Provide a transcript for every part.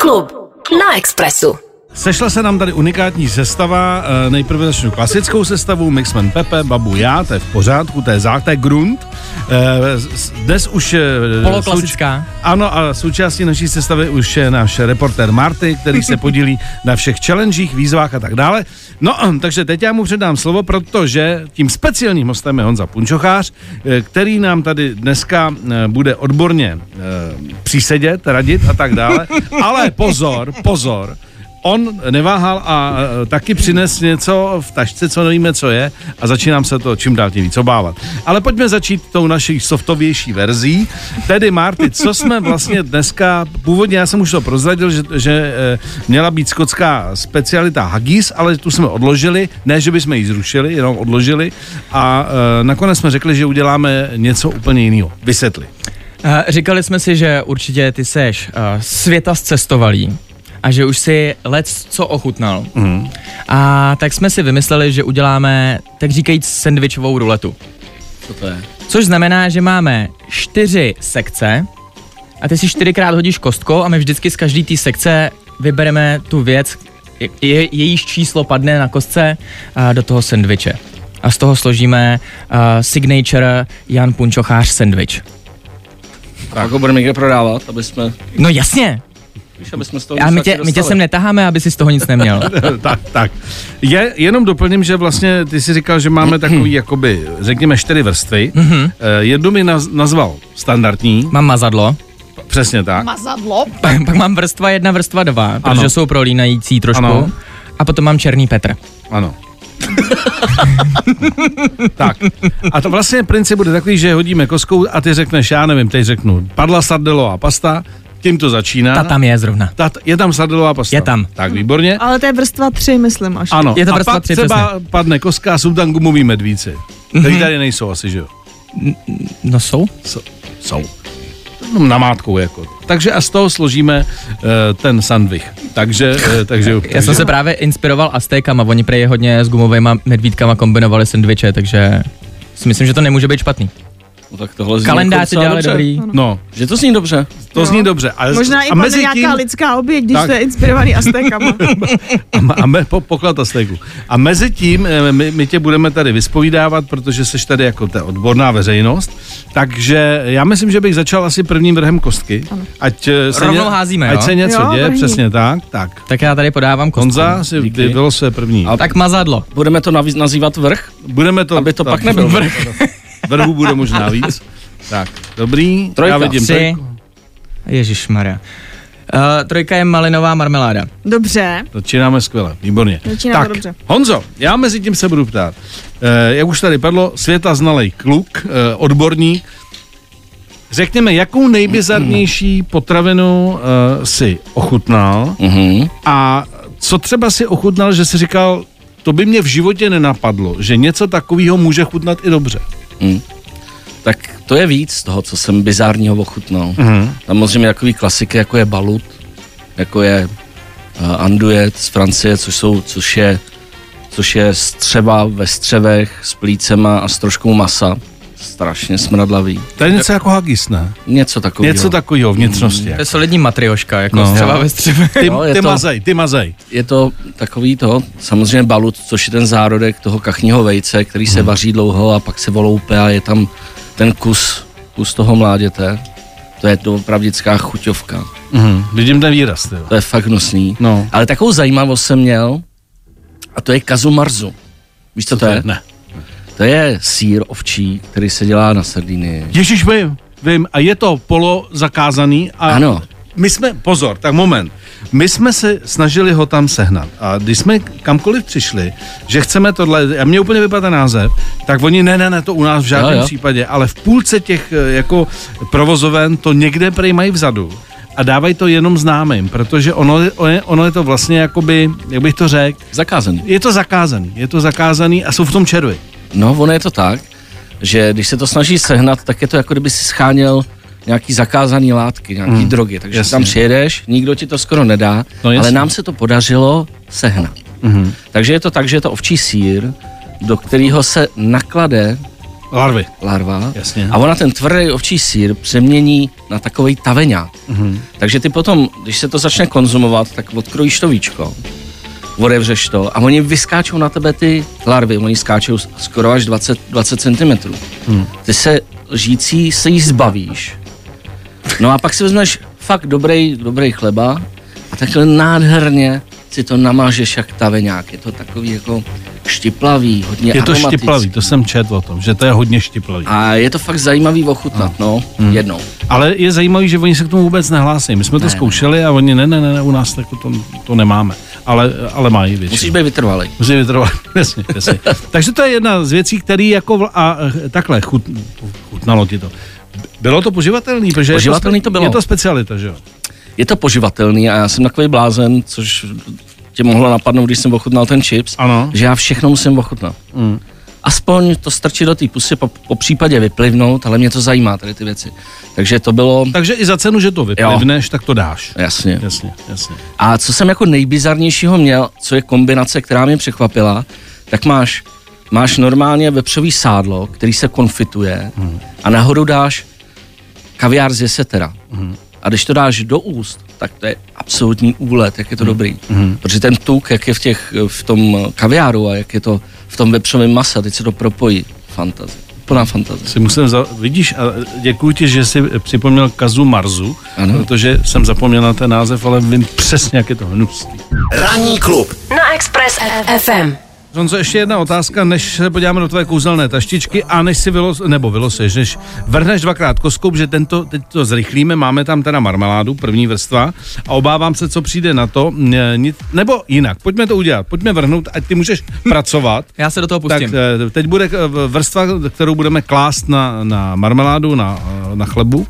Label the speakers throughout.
Speaker 1: klub na Expressu.
Speaker 2: Sešla se nám tady unikátní sestava, eh, nejprve začnu klasickou sestavou, Mixman Pepe, Babu já, to je v pořádku, to je zák, to je grunt. Eh, s- s- Dnes už... eh,
Speaker 3: Poloklasická.
Speaker 2: souč- Ano, a součástí naší sestavy už je náš reporter Marty, který se podílí na všech challengech, výzvách a tak dále. No, hm, takže teď já mu předám slovo, protože tím speciálním hostem je Honza Punčochář, eh, který nám tady dneska eh, bude odborně eh, přísedět, radit a tak dále. Ale pozor, pozor, On neváhal a e, taky přines něco v tašce, co nevíme, co je a začínám se to čím dál tím víc obávat. Ale pojďme začít tou naší softovější verzí. Tedy, Marty, co jsme vlastně dneska, původně já jsem už to prozradil, že, že e, měla být skotská specialita haggis, ale tu jsme odložili, ne, že bychom ji zrušili, jenom odložili a e, nakonec jsme řekli, že uděláme něco úplně jiného. Vysvětli.
Speaker 3: Eh, Říkali jsme si, že určitě ty seš eh, světa zcestovalý a že už si let co ochutnal. Mm. A tak jsme si vymysleli, že uděláme, tak říkajíc, sendvičovou ruletu.
Speaker 4: Co to je?
Speaker 3: Což znamená, že máme čtyři sekce a ty si čtyřikrát hodíš kostkou a my vždycky z každé té sekce vybereme tu věc, je, je, jejíž číslo padne na kostce a do toho sendviče. A z toho složíme uh, signature Jan Punčochář sandwich.
Speaker 4: Tak. Jako budeme někde prodávat, aby jsme,
Speaker 3: No jasně,
Speaker 4: víš, aby jsme z toho
Speaker 3: a my
Speaker 4: něco
Speaker 3: tě,
Speaker 4: taky
Speaker 3: my tě
Speaker 4: dostali.
Speaker 3: sem netaháme, aby si z toho nic neměl.
Speaker 2: tak, tak. Je, jenom doplním, že vlastně ty si říkal, že máme takový, jakoby, řekněme, čtyři vrstvy.
Speaker 3: Mhm.
Speaker 2: Mm-hmm. Jednu mi naz, nazval standardní,
Speaker 3: Mám mazadlo,
Speaker 2: přesně tak.
Speaker 3: pak, pak mám vrstva jedna, vrstva dva, protože
Speaker 2: Ano.
Speaker 3: jsou prolínající trošku.
Speaker 2: Ano.
Speaker 3: A potom mám černý Petr.
Speaker 2: Ano. tak. A to vlastně princip bude takový, že hodíme koskou a ty řekneš, já nevím, teď řeknu, padla sardelová pasta, tím to začíná.
Speaker 3: Ta tam je zrovna.
Speaker 2: Ta, je tam sardelová pasta.
Speaker 3: Je tam.
Speaker 2: Tak, výborně.
Speaker 5: Ale to je vrstva 3, myslím až.
Speaker 2: Ano,
Speaker 3: Je to
Speaker 2: a
Speaker 3: vrstva
Speaker 2: pak
Speaker 3: tři,
Speaker 2: třeba padne koska a jsou tam gumoví medvíci. Mm-hmm.
Speaker 3: Mhm.
Speaker 2: Který tady nejsou asi, že jo?
Speaker 3: No jsou?
Speaker 2: S- jsou. No, namátkou jako. Takže a z toho složíme uh, ten sandvich. Takže, uh, takže,
Speaker 3: Já
Speaker 2: takže
Speaker 3: jsem se právě inspiroval Aztékama, oni prej hodně s gumovými medvídkama kombinovali sendviče, takže si myslím, že to nemůže být špatný.
Speaker 4: No, tak tohle zní
Speaker 3: Kalendář
Speaker 4: jako
Speaker 3: si
Speaker 4: docela
Speaker 3: dělali
Speaker 4: dobře.
Speaker 3: dobrý.
Speaker 2: No,
Speaker 4: Že to zní dobře.
Speaker 2: to zní dobře. Ale,
Speaker 5: Možná i
Speaker 2: a
Speaker 5: padne
Speaker 2: mezi
Speaker 5: nějaká
Speaker 2: tím,
Speaker 5: lidská oběť, když
Speaker 2: Tak.
Speaker 5: jste inspirovaný Aztékama.
Speaker 2: a, me- a me, po, poklad a stejku. A mezi tím eh, my, my tě budeme tady vyspovídávat, protože jsi tady jako ta odborná veřejnost. Takže já myslím, že bych začal asi prvním vrhem kostky. Ať eh, se,
Speaker 3: Rovnou házíme,
Speaker 2: ať
Speaker 3: jo?
Speaker 2: se něco
Speaker 5: Jo,
Speaker 2: děje,
Speaker 5: vrhní.
Speaker 2: přesně tak. Tak,
Speaker 3: Tak já tady podávám kostku.
Speaker 2: Honza si
Speaker 4: díky.
Speaker 2: vybil své první. A
Speaker 3: Tak mazadlo.
Speaker 4: Budeme to navíc nazývat vrch,
Speaker 2: Budeme to...
Speaker 4: aby to
Speaker 2: tak-
Speaker 4: pak nebyl vrch.
Speaker 2: Vrhu bude možná víc. Tak, dobrý.
Speaker 4: Trojka.
Speaker 2: Já vidím
Speaker 3: Tři.
Speaker 2: trojku.
Speaker 3: Ježíš Maria. Uh, trojka je malinová marmeláda.
Speaker 5: Dobře.
Speaker 2: Začínáme skvěle, výborně.
Speaker 5: Začínáme
Speaker 2: tak,
Speaker 5: dobře.
Speaker 2: Honzo, já mezi tím se budu ptát. Eh, jak už tady padlo, světa znalej kluk, eh, odborník. Řekněme, jakou nejbizarnější potravinu eh, si ochutnal
Speaker 4: Mhm.
Speaker 2: a co třeba si ochutnal, že si říkal, to by mě v životě nenapadlo, že něco takového může chutnat i dobře.
Speaker 4: Tak to je víc z toho, co jsem bizárního ochutnal.
Speaker 2: Mhm.
Speaker 4: Samozřejmě takový klasiky, jako je balut, jako je uh, anduet z Francie, což, jsou, což je což je střeva ve střevech s plícema a s troškou masa. Strašně smradlavý.
Speaker 2: To je něco jako hagis, ne?
Speaker 4: Něco takového.
Speaker 2: Něco takového vnitřnosti.
Speaker 4: Mm.
Speaker 3: To je solidní matrioška, jako
Speaker 2: No.
Speaker 3: no. třeba ve střeve.
Speaker 2: Ty,
Speaker 4: No, je
Speaker 2: ty
Speaker 4: to-
Speaker 2: mazej, ty mazej.
Speaker 4: je to takový to, samozřejmě balut, což je ten zárodek toho kachního vejce, který se vaří dlouho a pak se voloupe a je tam ten kus, kus toho mláděte. To je to pravdická chuťovka.
Speaker 2: Mhm, vidím ten výraz, ty. jo.
Speaker 4: To je fakt hnusný.
Speaker 2: No.
Speaker 4: Ale takovou zajímavost jsem měl a to je kazumarzu. Víš, co, to, je?
Speaker 2: Ne.
Speaker 4: To je sír ovčí, který se dělá na Sardinii.
Speaker 2: Ježíš, vím, vím, a je to polo zakázaný. A
Speaker 4: Ano.
Speaker 2: My jsme, pozor, tak moment. My jsme se snažili ho tam sehnat. A když jsme kamkoliv přišli, že chceme tohle, a mně úplně vypadá název, tak oni, ne, ne, ne, to u nás v žádném
Speaker 4: Jo, jo.
Speaker 2: případě, ale v půlce těch eh, jako provozoven to někde prej mají vzadu a dávají to jenom známým, protože ono, je- ono je- ono je to vlastně jakoby, jak bych to řekl,
Speaker 4: Zakázaný.
Speaker 2: je to zakázaný, je to zakázaný a jsou v tom červy.
Speaker 4: No, ono je to tak, že když se to snaží sehnat, tak je to jako kdyby si scháněl nějaký zakázaný látky, nějaký mm, drogy.
Speaker 2: jasně.
Speaker 4: Takže jasně. tam přijedeš, nikdo ti to skoro nedá,
Speaker 2: No,
Speaker 4: no, Mhm.
Speaker 2: jasně.
Speaker 4: ale nám se to podařilo sehnat. Mm. Takže je to tak, že je to ovčí sír, do kterého se naklade
Speaker 2: Larvy.
Speaker 4: larva.
Speaker 2: Jasně.
Speaker 4: A ona ten tvrdý ovčí sír přemění na takový taveňák.
Speaker 2: Mhm.
Speaker 4: Mm-hmm. Takže ty potom, když se to začne konzumovat, tak odkrojíš to víčko, odevřeš to a oni vyskáčou na tebe ty larvy. Oni skáčou s- skoro až 20, 20 cm.
Speaker 2: Mhm.
Speaker 4: Mm. Ty se žijící se jí zbavíš. No a pak si vezmeš fakt dobrý, dobrý chleba a takhle nádherně si to namážeš jak taveňák. Je to takový jako štiplavý, hodně
Speaker 2: Je to
Speaker 4: aromatický.
Speaker 2: štiplavý, to jsem četl o tom, že to je hodně štiplavý.
Speaker 4: A je to fakt zajímavý ochutnat, no, no jednou.
Speaker 2: Ale je zajímavý, že oni se k tomu vůbec nehlásí. My jsme to
Speaker 4: Ne.
Speaker 2: zkoušeli a oni ne, ne, ne, ne u nás jako to, to nemáme. Ale, ale mají většinou.
Speaker 4: Musíš být vytrvalý.
Speaker 2: Musí vytrvat. jasně, jasně. Takže to je jedna z věcí, které jako vl- a eh, takhle chut, chutnalo ti to. Bylo to poživatelný, protože je spe-
Speaker 4: Poživatelný to bylo.
Speaker 2: Je to specialita, že jo?
Speaker 4: Je to poživatelný a já jsem takový blázen, což tě mohlo napadnout, když jsem ochutnal ten chips,
Speaker 2: Ano.
Speaker 4: že já všechno musím ochutnat.
Speaker 2: Mm.
Speaker 4: Aspoň to strčit do té pusy, po, po případě vyplivnout, ale mě to zajímá tady ty věci. Takže to bylo,
Speaker 2: Takže i za cenu, že to vyplivneš, tak to dáš.
Speaker 4: jasně.
Speaker 2: Jasně, jasně.
Speaker 4: A co jsem jako nejbizarnějšího měl, co je kombinace, která mě překvapila, tak máš, máš normálně vepřový sádlo, který se konfituje a nahoru dáš kaviár z jesetera. A když to dáš do úst, tak to je absolutní úlet, jak je to dobrý. Protože ten tuk, jak je v, těch, v tom kaviáru a jak je to v tom vepřovém mase, teď se to propojí. Fantazie. Plná fantazie.
Speaker 2: Si musím za... Vidíš, a děkuji ti, že jsi připomněl Kazu Marzu,
Speaker 4: Ano.
Speaker 2: protože jsem zapomněl na ten název, ale vím přesně, jak je to hnusný.
Speaker 6: Ranní klub.
Speaker 1: Na Express FM.
Speaker 2: Honzo, ještě jedna otázka, než se podíváme do tvé kouzelné taštičky a než si vylos, nebo vylosuješ, než vrhneš dvakrát koskou, že tento, teď to zrychlíme, máme tam teda marmeládu, první vrstva a obávám se, co přijde na to, e, nic, nebo jinak, pojďme to udělat, pojďme vrhnout, ať ty můžeš pracovat.
Speaker 3: Já se do toho
Speaker 2: Tak
Speaker 3: pustím.
Speaker 2: e, teď bude e, vrstva, kterou budeme klást na, na marmeládu, na, e, na chlebu.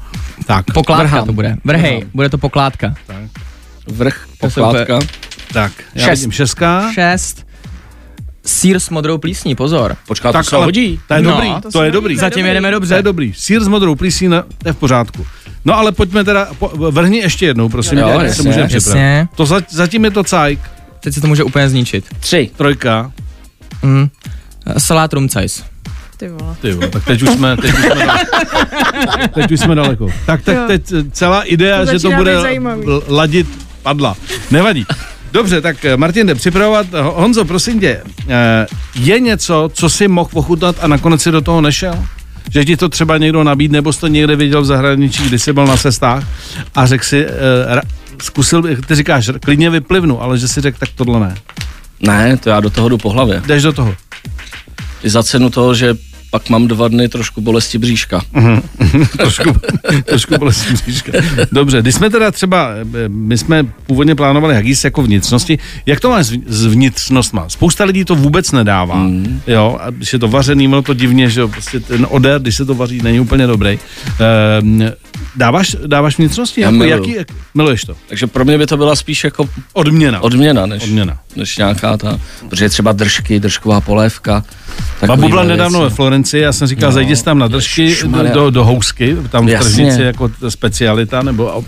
Speaker 2: Tak,
Speaker 3: Pokládka to bude. Vrhej, bude to pokládka.
Speaker 4: Vrch,
Speaker 3: To se úplně-
Speaker 4: pokládka.
Speaker 2: tak. Já
Speaker 3: Šest.
Speaker 2: vidím šestka.
Speaker 3: Šest. Sír s modrou plísní, pozor.
Speaker 4: Počká,
Speaker 2: Tak
Speaker 4: to se
Speaker 2: ale-
Speaker 4: hodí.
Speaker 2: To je
Speaker 3: No,
Speaker 2: dobrý,
Speaker 3: to
Speaker 2: to,
Speaker 5: se
Speaker 2: je
Speaker 5: hodí,
Speaker 2: dobrý.
Speaker 5: to je
Speaker 3: Zatím jedeme
Speaker 2: To
Speaker 3: dobře.
Speaker 2: je dobrý. Sír s modrou plísní, na- to je v pořádku. No ale pojďme teda, po, vrhni ještě jednou, prosím,
Speaker 4: Jo,
Speaker 2: tě, ať se
Speaker 4: jasně,
Speaker 2: můžeme
Speaker 3: jasně.
Speaker 2: připravit. To za, zatím je to cajk,
Speaker 3: Teď se to může úplně zničit.
Speaker 4: Tři.
Speaker 2: trojka.
Speaker 3: Mm. Salát rumcajs.
Speaker 5: Ty vole.
Speaker 2: Ty jo, tak teď už jsme, teď už jsme, daleko. teď už jsme daleko. Tak, tak
Speaker 5: Jo.
Speaker 2: teď eh, celá idea,
Speaker 5: To
Speaker 2: že to
Speaker 5: začíná
Speaker 2: bude
Speaker 5: být zajímavý.
Speaker 2: l- ladit, padla. Nevadí. Dobře, tak eh, Martin jde připravovat. Ho- Honzo, prosím tě, eh, je něco, co si mohl ochutnat a nakonec si do toho nešel? Že ti to třeba někdo nabídne, nebo jsi to někde viděl v zahraničí, když jsi byl na sestách a řekl si, eh, ra- zkusil, bych- ty říkáš, klidně vyplivnu, ale že si řekl, tak tohle ne.
Speaker 4: Ne, to já do toho jdu po hlavě.
Speaker 2: Jdeš do toho.
Speaker 4: I za cenu toho, že pak mám dva dny trošku bolesti bříška.
Speaker 2: trošku, trošku bolestí bříška. Dobře, když jsme teda třeba, eh, my jsme původně plánovali jak jíst jako vnitřnosti, jak to máš s vn- s vnitřnostma? Spousta lidí to vůbec nedává,
Speaker 4: Hmm.
Speaker 2: mm. jo, a když je to vařený, mělo to divně, že jo, prostě ten odér, když se to vaří, není úplně dobrý. Ehm, dáváš, dáváš vnitřnosti?
Speaker 4: Já
Speaker 2: Jako,
Speaker 4: miluju.
Speaker 2: jaký, jak, miluješ to?
Speaker 4: Takže pro mě by to byla spíš jako
Speaker 2: Odměna.
Speaker 4: odměna, než,
Speaker 2: Odměna.
Speaker 4: než nějaká ta, protože třeba držky, držková polévka.
Speaker 2: Babu
Speaker 4: takovýhle
Speaker 2: byla
Speaker 4: věci.
Speaker 2: nedávno ve Florencii, já jsem říkal, no,
Speaker 4: No,
Speaker 2: zajdi si tam na držky do,
Speaker 4: ježišmarja.
Speaker 2: do, do housky, tam v
Speaker 4: Jasně.
Speaker 2: tržnici jako t- specialita, nebo... O,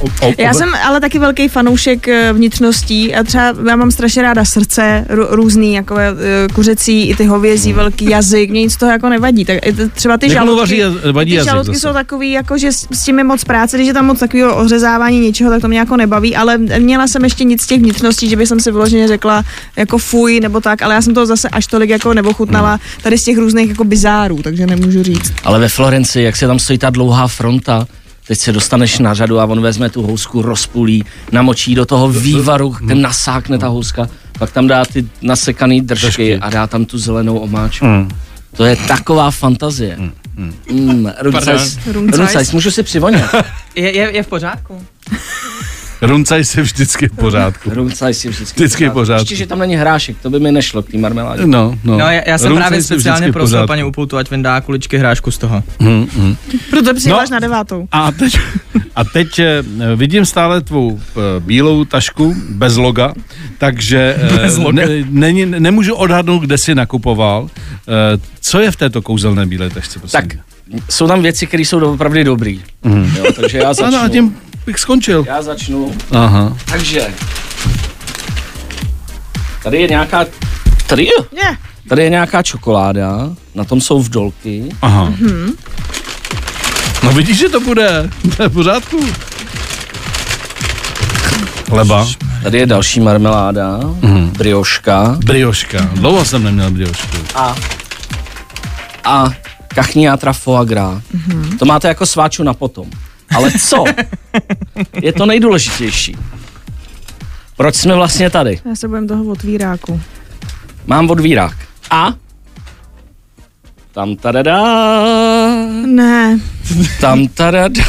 Speaker 2: o, o,
Speaker 5: Já jsem ale taky velký fanoušek eh, vnitřností a třeba já mám strašně ráda srdce, rů, různý, jako eh, kuřecí, i ty hovězí,
Speaker 2: Hmm.
Speaker 5: velký jazyk, mě nic z toho jako nevadí. Tak i t- třeba ty
Speaker 2: Někomu
Speaker 5: žaludky,
Speaker 2: vaří jaz- vadí
Speaker 5: ty
Speaker 2: jazyk
Speaker 5: žaludky
Speaker 2: zase.
Speaker 5: jsou takový, jako že s s tím je moc práce, když je tam moc takového ořezávání něčeho, tak to mě jako nebaví, ale měla jsem ještě nic z těch vnitřností, že bych jsem si vyloženě řekla jako fuj nebo tak, ale já jsem to zase až tolik jako
Speaker 2: Hmm.
Speaker 5: neochutnala tady z těch různých jako bizárů, takže nemůžu říct.
Speaker 4: Ale ve Florenci, jak se tam stojí ta dlouhá fronta, teď se dostaneš na řadu a on vezme tu housku, rozpulí, namočí do toho vývaru,
Speaker 2: Mhm.
Speaker 4: ten nasákne ta houska, pak tam dá ty nasekaný držky,
Speaker 2: Držky.
Speaker 4: a dá tam tu zelenou omáčku.
Speaker 2: Mm.
Speaker 4: To je taková fantazie. Mm, mm. Rumcajs,
Speaker 5: Rumcajs.
Speaker 4: rumcajs, můžu si přivonět.
Speaker 3: Je, je, je v pořádku?
Speaker 2: Runcaj se vždycky v pořádku.
Speaker 4: Rumcajs je vždycky,
Speaker 2: Vždycky je
Speaker 4: v pořádku.
Speaker 2: pořádku.
Speaker 4: Ještě, že tam není hrášek, to by mi nešlo k té marmeládě.
Speaker 2: No, no.
Speaker 3: No, já, já jsem
Speaker 2: Ruce
Speaker 3: právě
Speaker 2: si
Speaker 3: speciálně
Speaker 2: vždycky v
Speaker 3: prosil
Speaker 2: pořádku.
Speaker 3: paní Upoutu, ať vyndá kuličky hrášku z toho.
Speaker 5: Proto
Speaker 2: No.
Speaker 5: přijeláš na devátou.
Speaker 2: A teď, a teď eh, vidím stále tvou eh, bílou tašku bez loga, takže eh,
Speaker 3: Bez loga.
Speaker 2: Ne, není, nemůžu odhadnout, kde jsi nakupoval. Eh, Co je v této kouzelné bílé tašce? prosím
Speaker 4: Tak,
Speaker 2: tě?
Speaker 4: jsou tam věci, které jsou opravdu dobrý. Jo, takže já začnu.
Speaker 2: ano, Mhm. No, a tím bych skončil.
Speaker 4: Já začnu.
Speaker 2: Aha.
Speaker 4: Takže. Tady je nějaká... Tady je?
Speaker 5: Ne,
Speaker 4: Tady je nějaká čokoláda, na tom jsou vdolky.
Speaker 2: Aha.
Speaker 3: Mhm.
Speaker 2: No vidíš, že to bude. To je v pořádku. Leba.
Speaker 4: Tady je další marmeláda,
Speaker 2: Mhm.
Speaker 4: mm. brioška
Speaker 2: Brioška. Dlouho jsem neměl briošku.
Speaker 4: a kachniátra foie gras. Mm. To máte jako sváču na potom. Ale co? je to nejdůležitější. Proč jsme vlastně tady?
Speaker 5: Já se bojím toho otvíráku.
Speaker 4: Mám odvírák. A? Tam tadadá,
Speaker 5: Ne,
Speaker 4: tam tadadá.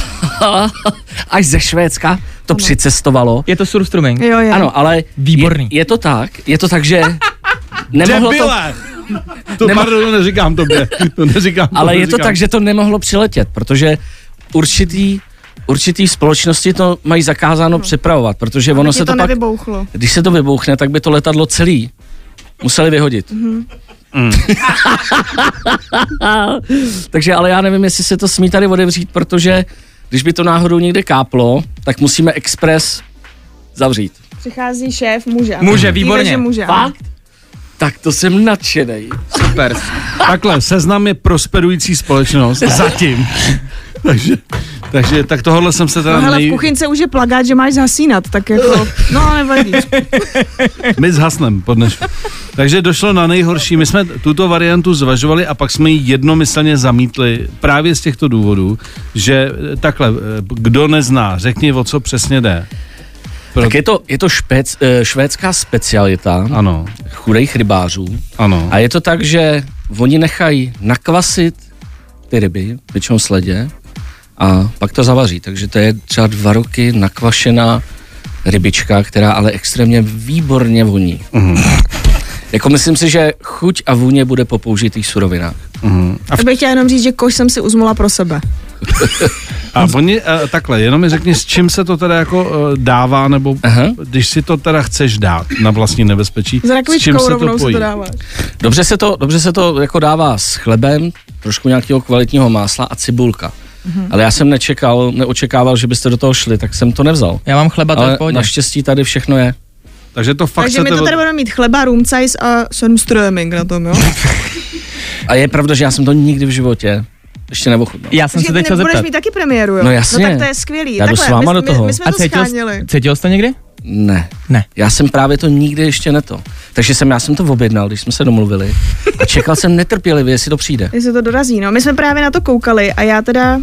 Speaker 4: Až ze Švédska to přicestovalo.
Speaker 3: Je to surstroming.
Speaker 5: jo, je.
Speaker 4: Ano, ale
Speaker 3: Výborný.
Speaker 4: Je, je to tak, je to tak, že nemohlo to,
Speaker 2: Debile! To,
Speaker 4: Nemo-
Speaker 2: pardon, to neříkám tobě. To neříkám
Speaker 4: ale je to
Speaker 2: neříkám.
Speaker 4: tak, že to nemohlo přiletět, protože určitý, určitý společnosti to mají zakázáno přepravovat, protože ono
Speaker 5: Ti
Speaker 4: se to,
Speaker 5: to
Speaker 4: pak,
Speaker 5: nevybouchlo.
Speaker 4: když se to vybouchne, tak by to letadlo celý museli vyhodit. Takže ale já nevím, jestli se to smí tady odevřít, protože když by to náhodou někde káplo, tak musíme expres zavřít.
Speaker 5: Přichází šéf muže.
Speaker 3: Může,
Speaker 5: Víme,
Speaker 3: výborně.
Speaker 5: že muže. ano.
Speaker 4: Fakt? Tak to jsem nadšenej.
Speaker 3: Super.
Speaker 2: Takhle, seznam je prosperující společnost. Zatím. takže, takže, tak tohle jsem se
Speaker 5: No
Speaker 2: teda
Speaker 5: hele, v
Speaker 2: nej...
Speaker 5: kuchynce už je plagát, že máš zhasínat, tak jako, no nevadí.
Speaker 2: My zhasnem po dnešku. Takže došlo na nejhorší. My jsme tuto variantu zvažovali a pak jsme ji jednomyslně zamítli právě z těchto důvodů, že eh, takhle, eh, kdo nezná, řekni, o co přesně jde. Pro-
Speaker 4: Tak je to, je to špec, eh, švédská specialita
Speaker 2: Ano,
Speaker 4: chudých rybářů.
Speaker 2: ano.
Speaker 4: A je to tak, že oni nechají nakvasit ty ryby, většinou sledě, a pak to zavaří. Takže to je třeba dva roky nakvašená rybička, která ale extrémně výborně voní. Jako myslím si, že chuť a vůně bude po použitých surovinách.
Speaker 5: Já bych chtěla jenom říct, že koš jsem si uzmula pro sebe.
Speaker 2: A oni, eh, takhle, jenom mi řekni, s čím se to teda jako eh, dává, nebo
Speaker 4: Aha.
Speaker 2: když si to teda chceš dát na vlastní nebezpečí,
Speaker 5: S
Speaker 2: s čím
Speaker 5: rakvičkou
Speaker 2: se to
Speaker 5: rovnou se
Speaker 2: pojí.
Speaker 5: to dáváš.
Speaker 4: Dobře se to, dobře se to jako dává s chlebem, trošku nějakého kvalitního másla a cibulka.
Speaker 3: Mhm.
Speaker 4: Ale já jsem nečekal, neočekával, že byste do toho šli, tak jsem to nevzal.
Speaker 3: Já mám chleba, to je
Speaker 4: Ale
Speaker 3: v pohodě.
Speaker 4: naštěstí tady všechno je.
Speaker 2: Takže to fakt
Speaker 5: Takže my
Speaker 2: chcete
Speaker 5: to
Speaker 2: od-
Speaker 5: tady budeme mít chleba, room size a sunströming na tom, jo?
Speaker 4: A je pravda, že já jsem to nikdy v životě ještě neochutnal.
Speaker 3: Já jsem
Speaker 5: Takže
Speaker 3: se
Speaker 5: ty
Speaker 3: teď chtěl
Speaker 5: nebudeš
Speaker 3: zeptat.
Speaker 5: mít taky premiéru, jo?
Speaker 4: No jasně.
Speaker 5: No tak to je skvělý.
Speaker 4: Já jdu
Speaker 5: Takhle,
Speaker 4: s váma
Speaker 5: my,
Speaker 4: do toho.
Speaker 5: My, my jsme
Speaker 3: A
Speaker 5: to
Speaker 3: cítil,
Speaker 5: schánili.
Speaker 3: cítil jsi to někdy?
Speaker 4: Ne.
Speaker 3: Ne.
Speaker 4: Já jsem právě to nikdy ještě neto. Takže jsem, já jsem to objednal, když jsme se domluvili. A čekal jsem netrpělivě, jestli to přijde.
Speaker 5: Jestli to dorazí, no. My jsme právě na to koukali a já teda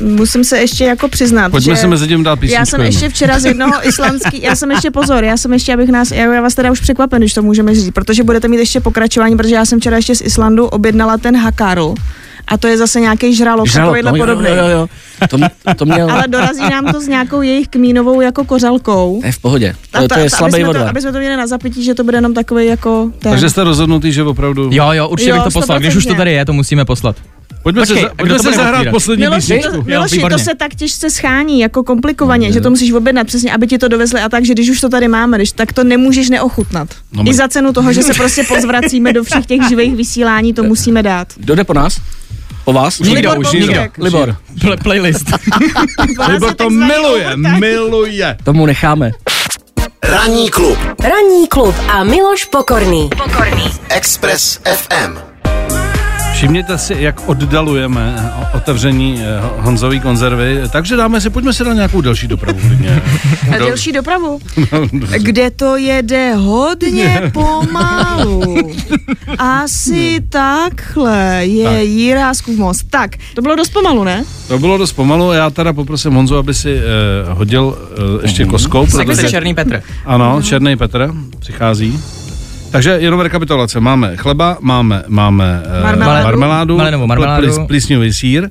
Speaker 5: Uh, musím se ještě jako přiznat,
Speaker 2: Pojďme
Speaker 5: že...
Speaker 2: si mezi tím dát písničku.
Speaker 5: Já jsem
Speaker 2: jednu.
Speaker 5: ještě včera z jednoho islandský, já jsem ještě pozor, já jsem ještě, abych nás, já já vás teda už překvapen, když to můžeme říct, protože budete mít ještě pokračování, protože já jsem včera ještě z Islandu objednala ten hakarl a to je zase nějaký žralok,
Speaker 4: Žralok, no,
Speaker 5: takovýhle
Speaker 4: jo,
Speaker 5: podobný.
Speaker 4: jo, jo, jo. To, to měl,
Speaker 5: Ale dorazí nám to s nějakou jejich kmínovou jako kořalkou.
Speaker 4: to je v pohodě.
Speaker 5: A
Speaker 4: To, to je
Speaker 5: a- aby,
Speaker 4: slabý
Speaker 5: jsme to,
Speaker 4: odvar.
Speaker 5: aby jsme to měli na zapití, že to bude jenom takový jako ten.
Speaker 2: Takže jste rozhodnutý, že opravdu...
Speaker 3: Jo, jo, určitě
Speaker 5: Jo,
Speaker 3: bych to poslal. Když už to
Speaker 5: 100%.
Speaker 3: tady je, to musíme poslat.
Speaker 2: Pojďme
Speaker 3: Počkej,
Speaker 2: si,
Speaker 3: a
Speaker 2: za,
Speaker 3: kdo
Speaker 2: pojďme
Speaker 3: to
Speaker 2: si
Speaker 3: bude
Speaker 2: zahrát
Speaker 3: otvírat?
Speaker 2: poslední
Speaker 5: Miloši,
Speaker 2: písničku.
Speaker 5: to,
Speaker 3: Jo,
Speaker 5: Miloši to
Speaker 3: výborně.
Speaker 5: se tak těžce schání, jako komplikovaně, že to musíš objednat přesně, aby ti to dovezli a tak, že když už to tady máme, když, tak to nemůžeš neochutnat.
Speaker 2: No,
Speaker 5: No,
Speaker 2: my-
Speaker 5: I za cenu toho, že se prostě pozvracíme do všech těch živých vysílání, to musíme dát.
Speaker 4: Kdo jde po nás? Po vás?
Speaker 2: Už nikdo,
Speaker 5: Libor
Speaker 2: už
Speaker 5: Boubek.
Speaker 2: nikdo.
Speaker 4: Libor,
Speaker 3: Pl- playlist.
Speaker 5: Vás je
Speaker 2: Libor to
Speaker 5: takzvaný
Speaker 2: miluje,
Speaker 5: overtime.
Speaker 2: miluje.
Speaker 4: tomu necháme.
Speaker 6: Ranní klub.
Speaker 1: Ranní klub a Miloš Pokorný.
Speaker 6: Express FM.
Speaker 2: Všimněte si, jak oddalujeme o- otevření eh, Honzový konzervy, takže dáme si, pojďme si dát nějakou další dopravu. klidně.
Speaker 5: A
Speaker 2: No.
Speaker 5: delší dopravu. Kde to jede hodně pomalu. Asi takhle je
Speaker 2: No. Tak.
Speaker 5: tak. Jiráskův most. Tak, to bylo dost pomalu, ne?
Speaker 2: To bylo dost pomalu, já teda poprosím Honzu, aby si eh, hodil eh, ještě koskou, protože...
Speaker 3: Černý Petr.
Speaker 2: Ano, Černý Petr přichází. Takže jenom rekapitulace. Máme chleba, máme, máme eh,
Speaker 5: Marmeládu.
Speaker 2: marmeládu,
Speaker 3: Malinovou marmeládu.
Speaker 2: plis- plísňový sír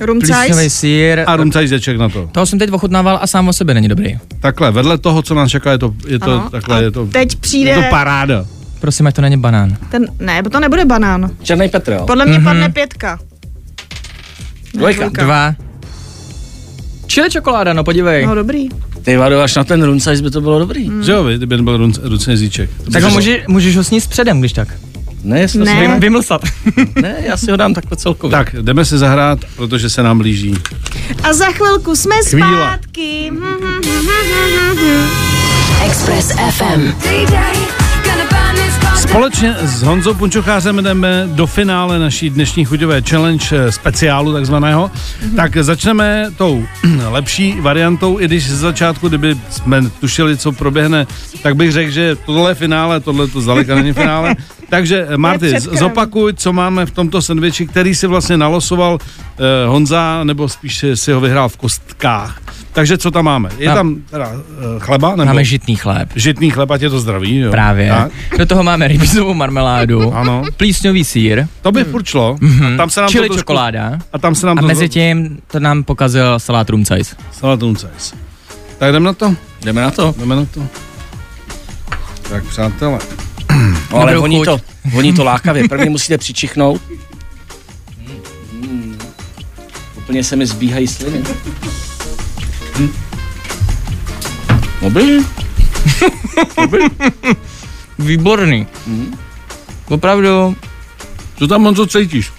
Speaker 5: Rumcajs?
Speaker 3: Plísňový sír.
Speaker 2: a rumcajzeček na to.
Speaker 3: Toho jsem teď ochutnával a sám o sebe není dobrý.
Speaker 2: Takhle, vedle toho, co nás čeká, je to, je to
Speaker 5: Ano.
Speaker 2: takhle, je to,
Speaker 5: Teď přijde
Speaker 2: je to paráda.
Speaker 3: Prosím, ať to není banán.
Speaker 5: ten, ne, to nebude banán.
Speaker 4: Černý Petr, jo?
Speaker 5: Podle mě mm-hmm. padne pětka.
Speaker 4: Dvojka.
Speaker 3: Mhm. Dva. Čili čokoláda, no podívej.
Speaker 5: No dobrý.
Speaker 4: Ty vado, až na ten run size by to bylo dobrý.
Speaker 2: Že jo, vy, kdyby byl runc- rucný zíček.
Speaker 3: tak ho může, můžeš ho sníst předem, když tak.
Speaker 4: Ne, jestli
Speaker 5: Ne.
Speaker 3: Vym, vymlsat.
Speaker 4: ne, já si ho dám takhle celkově.
Speaker 2: Tak, jdeme si zahrát, protože se nám blíží.
Speaker 5: A za chvilku jsme
Speaker 2: Chvíle.
Speaker 5: zpátky.
Speaker 1: Express FM.
Speaker 7: DJ, gonna burn this club
Speaker 2: Společně s Honzou Punčochářem jdeme do finále naší dnešní chuťové challenge eh, speciálu takzvaného. Tak začneme tou lepší variantou, i když ze začátku, kdyby jsme tušili, co proběhne, tak bych řekl, že tohle je finále, tohle to zdaleka není finále. Takže eh, Marty,
Speaker 5: předkrm.
Speaker 2: zopakuj, co máme v tomto sendviči, který si vlastně nalosoval eh, Honza, nebo spíš si ho vyhrál v kostkách. Takže co tam máme? Je
Speaker 3: Tam-
Speaker 2: tam teda eh, chleba? Nebo?
Speaker 3: No. Máme žitný chléb.
Speaker 2: Žitný chleba tě to zdraví, jo?
Speaker 3: Právě.
Speaker 2: Tak,
Speaker 3: Do toho máme rybizovou marmeládu,
Speaker 2: ano.
Speaker 3: plísňový sír,
Speaker 2: To by furt šlo. A tam se nám
Speaker 3: Mhm. čili
Speaker 2: to trošku,
Speaker 3: čokoláda
Speaker 2: A tam se nám
Speaker 3: a
Speaker 2: to...
Speaker 3: mezi tím to nám pokazil salát room size.
Speaker 2: Salad Unces. Tak jdem na to,
Speaker 4: Jdeme na to.
Speaker 2: jdeme na to. Tak přátelé.
Speaker 4: No, ale
Speaker 3: Dobrou
Speaker 4: voní
Speaker 3: chuť.
Speaker 4: to, voní to lákavě. Prvně musíte přičichnout. Hmm, Úplně se mi zbíhají sliny. Hm. Dobrý.
Speaker 3: Výborný.
Speaker 2: Mhm.
Speaker 3: Opravdu,
Speaker 2: Co tam Honzo cítíš?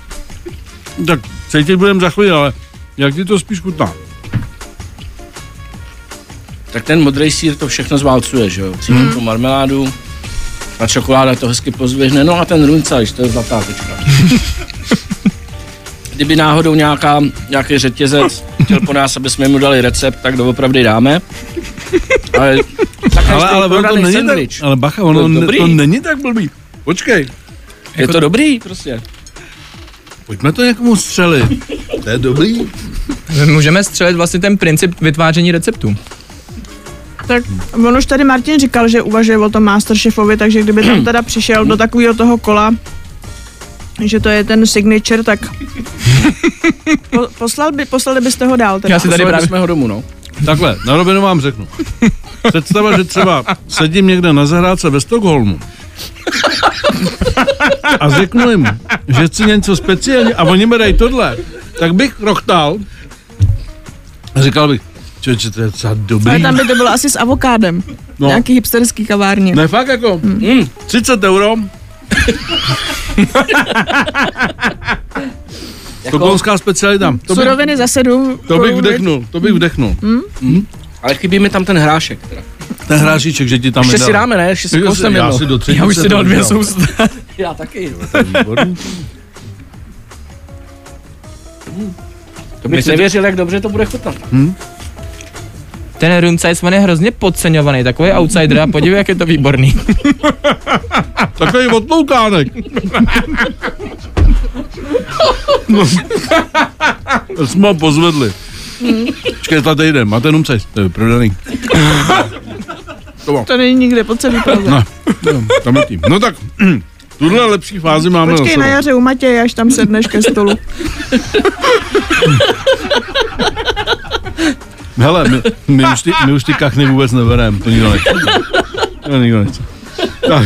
Speaker 2: Tak cítit budem za chvíli, ale jak ti to spíš chutná?
Speaker 4: Tak ten modrý sír to všechno zválcuje, že jo? Cítím
Speaker 3: Hmm.
Speaker 4: tu marmeládu, ta čokoláda to hezky pozdvihne, no a ten runcajš, to je zlatá tečka. Kdyby náhodou nějaká, nějaký řetězec chtěl po nás, aby jsme mu dali recept, tak doopravdy dáme. Ale,
Speaker 2: Ale, ale, ono to není tak,
Speaker 4: sandwich.
Speaker 2: ale bacha,
Speaker 4: To
Speaker 2: ono
Speaker 4: je
Speaker 2: ne-
Speaker 4: dobrý.
Speaker 2: to není tak blbý. Počkej,
Speaker 4: Je to dobrý prostě.
Speaker 2: pojďme to někomu střelit. To je dobrý.
Speaker 3: my můžeme střelit vlastně ten princip vytváření receptů.
Speaker 5: Tak on už tady Martin říkal, že uvažuje o tom Masterchefovi, takže kdyby tam teda přišel do takového toho kola, že to je ten signature, tak po, poslal by, poslali byste ho dál teda.
Speaker 3: Já si tady
Speaker 4: Poslali
Speaker 3: právě...
Speaker 4: jsme ho domů, no.
Speaker 2: Takhle, na rovinu vám řeknu. Představa, že třeba sedím někde na zahrádce ve Stockholmu a řeknu jim, že chci něco speciální a oni mi dají tohle, tak bych rochtal a říkal bych, člověče, to je docela
Speaker 5: Ale
Speaker 2: dobrý.
Speaker 5: tam by to bylo asi s avokádem.
Speaker 2: No.
Speaker 5: No. Nějaký hipsterský kavárně.
Speaker 2: Ne, fakt jako,
Speaker 5: Hmm.
Speaker 2: mm, 30 euro,
Speaker 4: Jako,
Speaker 2: stokholmská specialita. To bych,
Speaker 5: Suroviny za sedm.
Speaker 2: to bych
Speaker 5: korun,
Speaker 2: vdechnul, to bych vdechnul.
Speaker 5: Hmm.
Speaker 4: ale chybí mi tam ten hrášek. Teda.
Speaker 2: Ten hráčíček, že ti tam
Speaker 4: Ještě
Speaker 2: nedal.
Speaker 4: si dáme, ne? Ještě si
Speaker 2: Já si-
Speaker 4: kousem
Speaker 2: Já
Speaker 4: jednou.
Speaker 2: si do
Speaker 3: Jako Já už
Speaker 2: třetice
Speaker 3: si dal
Speaker 2: to
Speaker 3: dvě
Speaker 2: dám.
Speaker 3: sousta.
Speaker 4: Já taky. To bych nevěřil, jak dobře to bude chutnat.
Speaker 3: Ten room size man je hrozně podceňovaný, takový outsider a podívej, jak je to výborný.
Speaker 2: Takový odloukánek. No. Jsme ho pozvedli. Počkej, tady jdem. A ten umceš. To je Eh, prodaný.
Speaker 5: To není nikde po celý Praze.
Speaker 2: No, tam je tím. No tak, tuhle lepší fázi máme
Speaker 5: Počkej na
Speaker 2: sobě.
Speaker 5: jaře u Matěje, až tam sedneš ke stolu.
Speaker 2: Hele, my, my, už ty, my už ty kachny vůbec nebereme. To nikdo nechce. To nikdo nechce. Tak.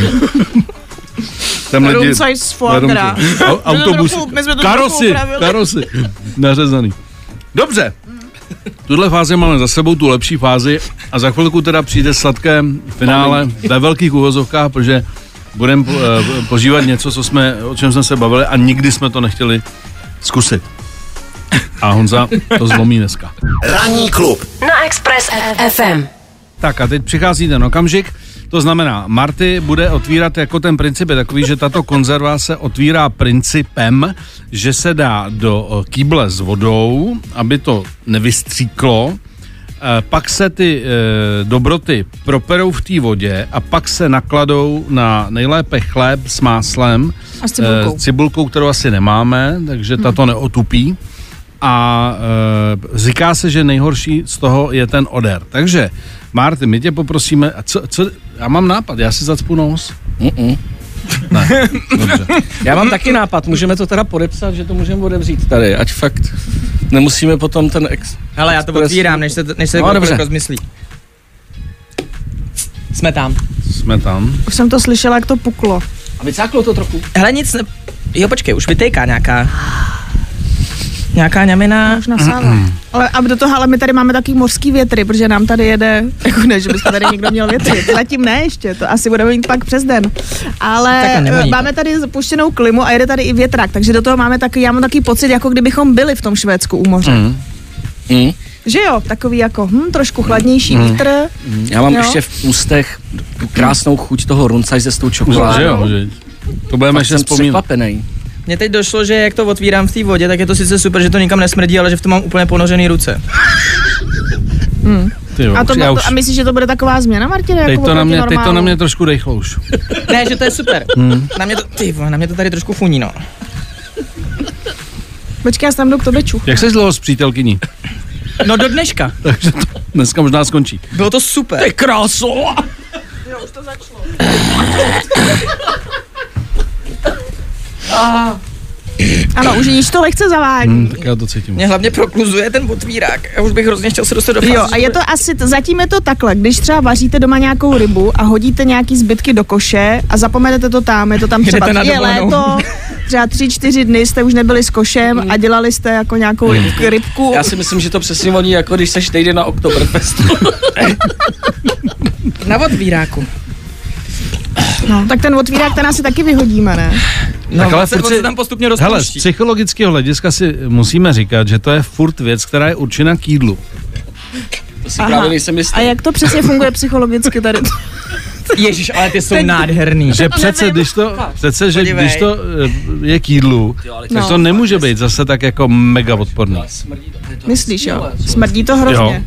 Speaker 2: Tam
Speaker 5: Room size z foie
Speaker 2: Ledomky.
Speaker 5: gras.
Speaker 2: Au- Autobusy.
Speaker 5: trochu- my jsme to
Speaker 2: Karosy,
Speaker 5: trochu upravili.
Speaker 2: karosy. Nařezaný. Dobře. Tuhle fázi máme za sebou, tu lepší fázi a za chvilku teda přijde sladké finále ve velkých uvozovkách, protože budeme po- eh, požívat něco, co jsme, o čem jsme se bavili a nikdy jsme to nechtěli zkusit. A Honza to zlomí dneska.
Speaker 6: Ranní klub.
Speaker 1: na Express FM.
Speaker 2: Tak a teď přichází ten okamžik, to znamená, Marty bude otvírat jako ten princip je takový, že tato konzerva se otvírá principem, že se dá do eh, kýble s vodou, aby to nevystříklo, Eh, pak se ty eh, dobroty properou v té vodě a pak se nakladou na nejlépe chléb s máslem,
Speaker 5: A s cibulkou.
Speaker 2: eh, s cibulkou kterou asi nemáme, takže ta to neotupí a e, říká se, že nejhorší z toho je ten odér. Takže, Marty, my tě poprosíme, a co, co, já mám nápad, já si zacpu nos.
Speaker 4: Mm-mm.
Speaker 2: Ne, dobře.
Speaker 4: Já mám taky nápad, můžeme to teda podepsat, že to můžeme odevřít tady, ať fakt nemusíme potom ten ex...
Speaker 3: Hele, já to
Speaker 4: Express.
Speaker 3: otvírám, než se, než se
Speaker 4: No,
Speaker 3: no,
Speaker 4: dobře.
Speaker 3: rozmyslí. Jsme tam.
Speaker 2: Jsme tam.
Speaker 5: Už jsem to slyšela, jak to puklo.
Speaker 4: A vycáklo to trochu.
Speaker 3: Hele, nic ne... Jo, počkej, už vytejká nějaká... Nějaká ňamina.
Speaker 5: Už nasává. Ale a do toho, ale my tady máme taky mořský větry, protože nám tady jede, jako ne, že byste tady někdo měl větry, zatím ne ještě, to asi budeme mít pak přes den. Ale
Speaker 3: Tak a nevadí
Speaker 5: eh,
Speaker 3: to.
Speaker 5: máme tady zapuštěnou klimu a jede tady i
Speaker 2: Mm.
Speaker 5: větrak, takže do toho máme taky, já mám takový pocit, jako kdybychom byli v tom Švédsku u moře.
Speaker 4: Mm.
Speaker 5: Že jo, takový jako hm, trošku chladnější
Speaker 2: Mm.
Speaker 5: vítr.
Speaker 4: Já mám
Speaker 5: Jo.
Speaker 4: jo. ještě v ústech tu krásnou chuť toho runcajze s tou
Speaker 2: Že
Speaker 4: čokoládou.
Speaker 2: jo, že? To budeme
Speaker 4: Fakt
Speaker 2: ještě
Speaker 4: jsem
Speaker 2: vzpomínat.
Speaker 4: překvapený.
Speaker 3: Mně teď došlo, že jak to otvírám v té vodě, tak je to sice super, že to nikam nesmrdí, ale že v tom mám úplně ponořený ruce.
Speaker 2: Ty jo,
Speaker 5: A, to,
Speaker 2: už- já
Speaker 5: to,
Speaker 2: už-
Speaker 5: a myslíš, že to bude taková změna, Martine?
Speaker 2: Teď
Speaker 5: jako
Speaker 2: to, na mě,
Speaker 5: oproti
Speaker 2: teď to na
Speaker 5: normálu?
Speaker 2: mě trošku dejchlo už.
Speaker 3: Ne, že to je super. Hmm. Na mě to, ty vole, na mě to tady trošku funí, no.
Speaker 5: Počkej, já se tam jdu k tobě čuch.
Speaker 2: Jak se dlouho s přítelkyní?
Speaker 3: No do dneška.
Speaker 2: Takže to dneska možná skončí.
Speaker 3: Bylo to super.
Speaker 4: Ty kráso!
Speaker 5: Ano, už již to lehce zavádí.
Speaker 2: Hm, tak já to cítím.
Speaker 3: Mě hlavně prokluzuje ten otvírák. Já už bych hrozně chtěl se dostat do fáze,
Speaker 5: Jo, a
Speaker 3: že
Speaker 5: je to asi, t- zatím je to takhle, když třeba vaříte doma nějakou rybu a hodíte nějaký zbytky do koše a zapomenete to tam, je to tam
Speaker 3: Jdete
Speaker 5: třeba,
Speaker 3: na
Speaker 5: je
Speaker 3: dovolenou.
Speaker 5: léto, třeba tři, čtyři dny jste už nebyli s
Speaker 3: Hmm.
Speaker 5: košem a dělali jste jako nějakou rybku, rybku.
Speaker 4: Já si myslím, že to přesně voní, jako když seš týden na Oktoberfestu.
Speaker 3: Na otvíráku.
Speaker 5: No, tak ten otvírák ten asi taky vyhodíme, ne?
Speaker 3: No,
Speaker 2: Tak ale
Speaker 3: on se,
Speaker 2: furt
Speaker 3: on
Speaker 2: si-
Speaker 3: se tam postupně
Speaker 2: Hele, z
Speaker 3: rozpouští.
Speaker 2: psychologického hlediska si musíme říkat, že to je furt věc, která je určena k jídlu.
Speaker 4: To si právě nejsem jistý.
Speaker 5: A jak to přesně funguje psychologicky tady?
Speaker 3: Ježíš, ale ty jsou nádherný.
Speaker 2: Že přece,
Speaker 5: nevím.
Speaker 2: když to, přece, že
Speaker 3: Podívej.
Speaker 2: když to eh, je k jídlu, tak
Speaker 5: No.
Speaker 2: to nemůže být zase tak jako mega odporný.
Speaker 4: Smrdí to, je to
Speaker 5: Myslíš, jo? Smrdí to
Speaker 2: Jo.
Speaker 5: hrozně.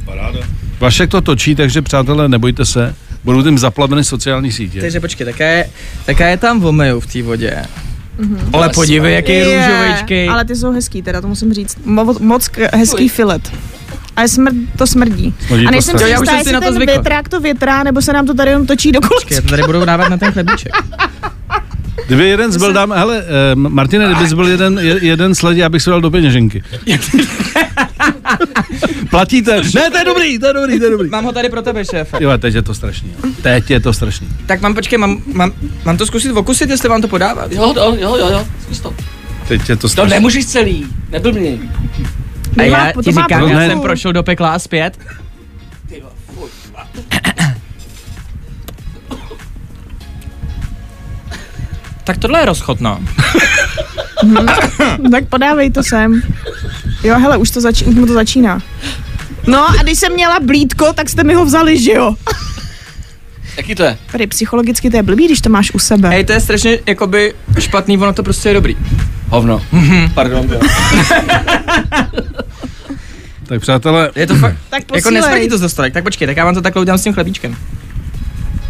Speaker 2: Vašek to točí, takže přátelé, nebojte se, budou tím zaplaveny sociální sítě.
Speaker 3: Takže počkej, taká je, taká je tam vomeju v té vodě. Mm-hmm. Ale podívej, jaký je
Speaker 5: Je,
Speaker 3: růžovejčkej.
Speaker 5: Ale ty jsou hezký teda, to musím říct. Mo- moc k- hezký filet. A smrt, to smrdí.
Speaker 2: Smrdí
Speaker 5: a
Speaker 2: to
Speaker 5: nejsem
Speaker 2: strašně.
Speaker 5: si
Speaker 3: Jo, já už
Speaker 5: jistá,
Speaker 3: jsem si
Speaker 5: jestli
Speaker 3: na to
Speaker 5: ten
Speaker 3: zvykl.
Speaker 5: větrák to větrá, nebo se nám to tady jenom točí do
Speaker 3: Počkej, já to tady budou dávat na ten chlebíček.
Speaker 2: Kdyby jeden zbyl dám, hele, eh, Martine, kdyby zbyl jeden, je- jeden sled, já bych si dal do peněženky. Platíte? Ne, to je dobrý, to je dobrý, to je dobrý.
Speaker 3: Mám ho tady pro tebe, šéfe.
Speaker 2: Jo, teď je to strašný. jo. Teď je to strašný.
Speaker 3: Tak mám, počkej, mám, mám, mám to zkusit okusit, jestli vám to podávat?
Speaker 4: Jo, jo, jo, jo, jo, zkus to.
Speaker 2: Teď je to
Speaker 4: To
Speaker 2: strašný.
Speaker 4: nemůžeš celý, neblbni.
Speaker 3: A
Speaker 5: Nemá-
Speaker 3: já
Speaker 5: to
Speaker 3: ti
Speaker 5: má
Speaker 3: říkám, já
Speaker 2: pravdu.
Speaker 3: jsem prošel do pekla a zpět. Tak tohle je no. rozchodno.
Speaker 5: Tak podávej to sem. Jo, hele, už, to zač- už mu to začíná. No a když jsem měla blídko, tak jste mi ho vzali, že jo?
Speaker 4: Jaký to je?
Speaker 5: Tady psychologicky to je blbý, když to máš u sebe.
Speaker 3: Hej, to je strašně jakoby špatný, ono to prostě je dobrý.
Speaker 4: Hovno. Pardon, jo.
Speaker 2: Tak přátelé,
Speaker 3: Je to fakt,
Speaker 5: tak
Speaker 3: jako
Speaker 5: posílej.
Speaker 3: nesmrdí to za stolek, tak počkej, tak já vám to takhle udělám s tím chlebíčkem.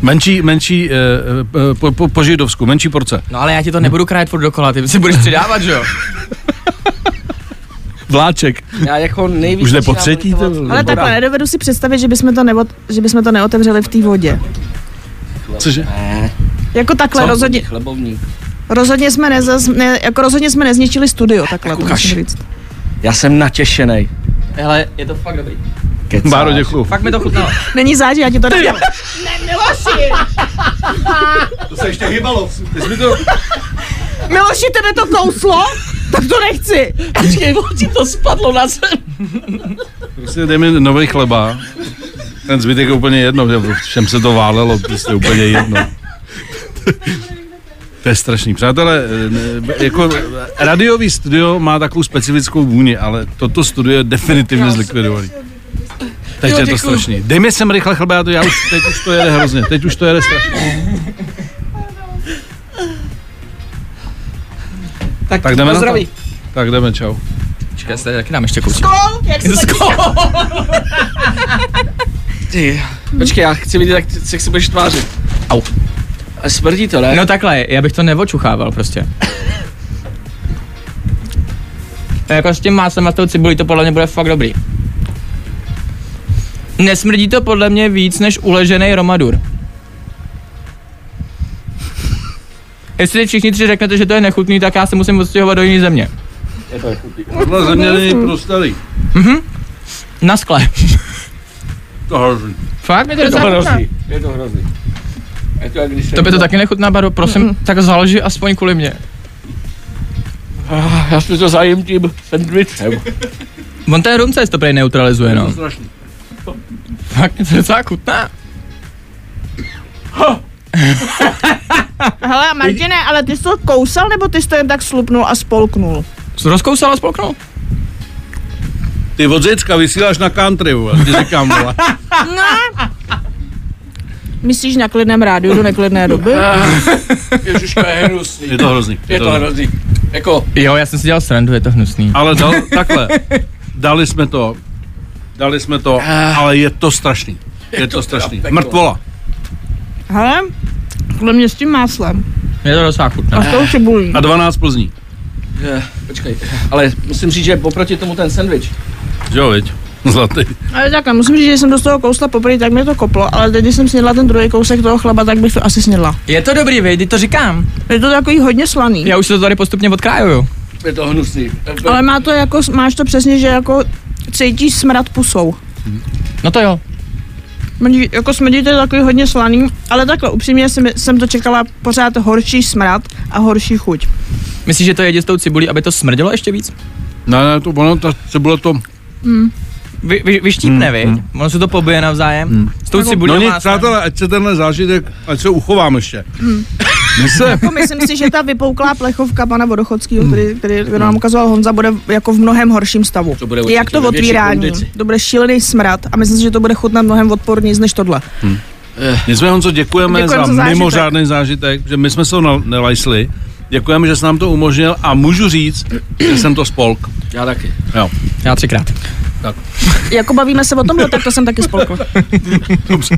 Speaker 2: menší, menší, eh, eh, po, po, po židovsku, menší porce.
Speaker 3: No ale já ti to nebudu krájet furt dokola, ty si budeš přidávat, že jo?
Speaker 2: Vláček.
Speaker 4: Já jako nejvíc...
Speaker 2: Už jde po
Speaker 4: začínám
Speaker 2: třetí,
Speaker 4: litovat.
Speaker 2: to-
Speaker 5: Ale takhle, nedovedu si představit, že bychom to, neot- že bychom to neotevřeli v té vodě.
Speaker 2: Cože?
Speaker 4: Ne,
Speaker 5: Jako takhle,
Speaker 4: co?
Speaker 5: rozhodně,
Speaker 4: Chlebovník.
Speaker 5: rozhodně, jsme nezaz, ne, jako rozhodně jsme nezničili studio, takhle to
Speaker 4: Kukaš.
Speaker 5: musím říct.
Speaker 4: Já jsem natěšenej.
Speaker 3: Hele, je to fakt dobrý.
Speaker 4: Kecáš.
Speaker 2: Báro, děkuju.
Speaker 3: Fakt mi to chutnalo.
Speaker 5: Není záč, já ti to dám.
Speaker 2: To se ještě hýbalo. Ty jsi mi to...
Speaker 5: Miloši, tebe to kouslo? Tak to nechci.
Speaker 4: Počkej, ti to spadlo na zem.
Speaker 2: Prostě dej mi nový chleba. Ten zbytek je úplně jedno, že všem se to válelo, prostě úplně jedno. To je strašný. Přátelé, eh, ne- jako eh, radiový studio má takovou specifickou vůni, ale toto studio je definitivně zlikvidovaný. Teď je to strašný. Dej mi sem rychle chleba, já, to, já už, teď už to jede hrozně, teď už to jede strašně.
Speaker 3: Tak,
Speaker 2: Tak jdeme na to.
Speaker 3: pozdraví.
Speaker 2: Tak jdeme, čau.
Speaker 3: Počkej, já se tady taky dám ještě kousek.
Speaker 5: Kol, jak se tak...
Speaker 4: Ty, počkej, já chci vidět, jak, ty- jak se budeš tvářit. Au. A smrdí to, ne?
Speaker 3: No takhle, já bych to neočuchával prostě. To jako s tím máslem a s tou cibulí to podle mě bude fakt dobrý. Nesmrdí to podle mě víc než uležený romadur. Jestli všichni tři řeknete, že to je nechutný, tak já se musím odstěhovat do jiné země.
Speaker 2: Tohle země není prostarý.
Speaker 3: Na skle.
Speaker 2: To hrozný.
Speaker 3: Fakt mi to docela chutná.
Speaker 4: Je to hrozný. Je to, Jako jak když
Speaker 3: To by to taky nechutná, Baro, prosím, tak založi aspoň kvůli mě.
Speaker 4: Já si to zajím tím sandwichem.
Speaker 3: On ten rumce to prej neutralizuje, no.
Speaker 2: strašný.
Speaker 3: Fakt mi to docela chutná.
Speaker 5: Hele, Martine, ale ty jsi to kousal, nebo ty jsi to jen tak slupnul a spolknul?
Speaker 3: Rozkousal a spolknul.
Speaker 2: Ty od Řecka vysíláš na country, vole, ti říkám, vole.
Speaker 5: Myslíš na klidném rádiu do neklidné doby?
Speaker 4: Ježiška, je hnusný.
Speaker 2: Je to hrozný.
Speaker 4: Je to hrozný. Jako,
Speaker 3: Jo, já jsem si dělal srandu, je to hnusný.
Speaker 2: Ale dal, takhle, dali jsme to, dali jsme to, ale je to strašný. Ah. Je to strašný.
Speaker 4: peklo.
Speaker 2: Mrtvola.
Speaker 5: Hele, podle mě s tím máslem
Speaker 3: Je to docela chutné.
Speaker 5: a s tou cibulí.
Speaker 2: A 12 Plzní.
Speaker 4: je, eh, počkej, ale musím říct, že oproti tomu ten sandwich.
Speaker 2: Že jo, viď? Zlatý.
Speaker 5: Ale takhle, musím říct, že jsem do toho kousla poprvé, tak mě to koplo, ale teď, když jsem snědla ten druhý kousek toho chleba, tak bych to asi snědla.
Speaker 3: Je to dobrý, vej, to říkám.
Speaker 5: Je to takový hodně slaný.
Speaker 3: Já už se to tady postupně odkrájuju.
Speaker 4: Je to hnusný.
Speaker 5: Ale má to jako, máš to přesně, že jako cítíš smrad pusou.
Speaker 3: No to jo.
Speaker 5: Smrdí- Jako smrdí to takový hodně slaný, ale takhle upřímně jsem, jsem to čekala pořád horší smrad a horší chuť.
Speaker 3: Myslíš, že to jedě s tou cibulí, aby to smrdilo ještě víc?
Speaker 2: Ne, ne, to ono, ta cibule to...
Speaker 3: Vy, vy, vyštípne, vy. Ono se to pobije navzájem. S tou cibulí
Speaker 2: No nic,
Speaker 3: má
Speaker 2: přátelé, ať se tenhle zážitek, ať se uchovám ještě. My se...
Speaker 5: Jako myslím si, že ta vypouklá plechovka pana Vodochodského, který, který, kterou nám ukazoval Honza, bude jako v mnohem horším stavu.
Speaker 4: Hmm. To bude
Speaker 5: Jak
Speaker 4: určitě
Speaker 5: to
Speaker 4: ve větší
Speaker 5: otvírání,
Speaker 4: kondici.
Speaker 5: to bude šílený smrad a myslím si, že to bude chutnat mnohem odpornější než tohle.
Speaker 2: My jsme Honzo, děkujeme,
Speaker 5: Děkujeme
Speaker 2: děkujeme za,
Speaker 5: za zážitek.
Speaker 2: mimořádný zážitek, že my jsme se ho nal- nelajsli. Děkujeme, že jsi nám to umožnil a můžu říct, že jsem to spolk.
Speaker 4: Já taky.
Speaker 2: Jo,
Speaker 3: Já třikrát.
Speaker 5: Jako bavíme se o tomhle, tak to jsem taky spolkla.
Speaker 2: dobře.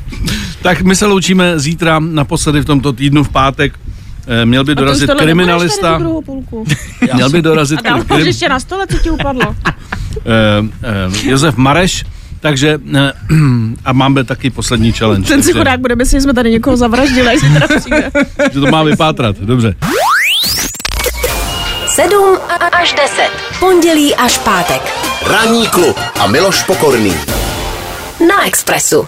Speaker 2: Tak my se loučíme zítra, naposledy v tomto týdnu v pátek. Eh, Měl by dorazit kriminalista. Měl by dorazit
Speaker 5: A dál
Speaker 2: krim-
Speaker 5: ještě na stole, co ti upadlo.
Speaker 2: eh, eh, Josef Mareš, takže eh, a máme taky poslední challenge.
Speaker 5: Ten si
Speaker 2: takže-
Speaker 5: chudák bude, si jsme tady někoho zavraždili, až zítra přijde.
Speaker 2: že to má vypátrat, dobře.
Speaker 1: 7 a- až 10. Pondělí až pátek.
Speaker 6: Ranní klub a Miloš Pokorný.
Speaker 1: Na Expressu.